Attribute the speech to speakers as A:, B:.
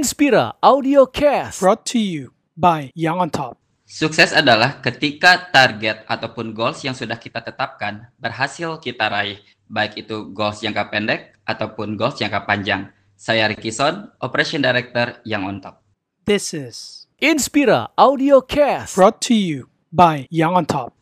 A: Inspira Audio Cast.
B: Brought to you by Young on Top.
C: Sukses adalah ketika target ataupun goals yang sudah kita tetapkan berhasil kita raih, baik itu goals jangka pendek ataupun goals jangka panjang. Saya Ricky Son, Operation Director yang on top.
B: This is
A: Inspira Audio Cast.
B: brought to you by Young on Top.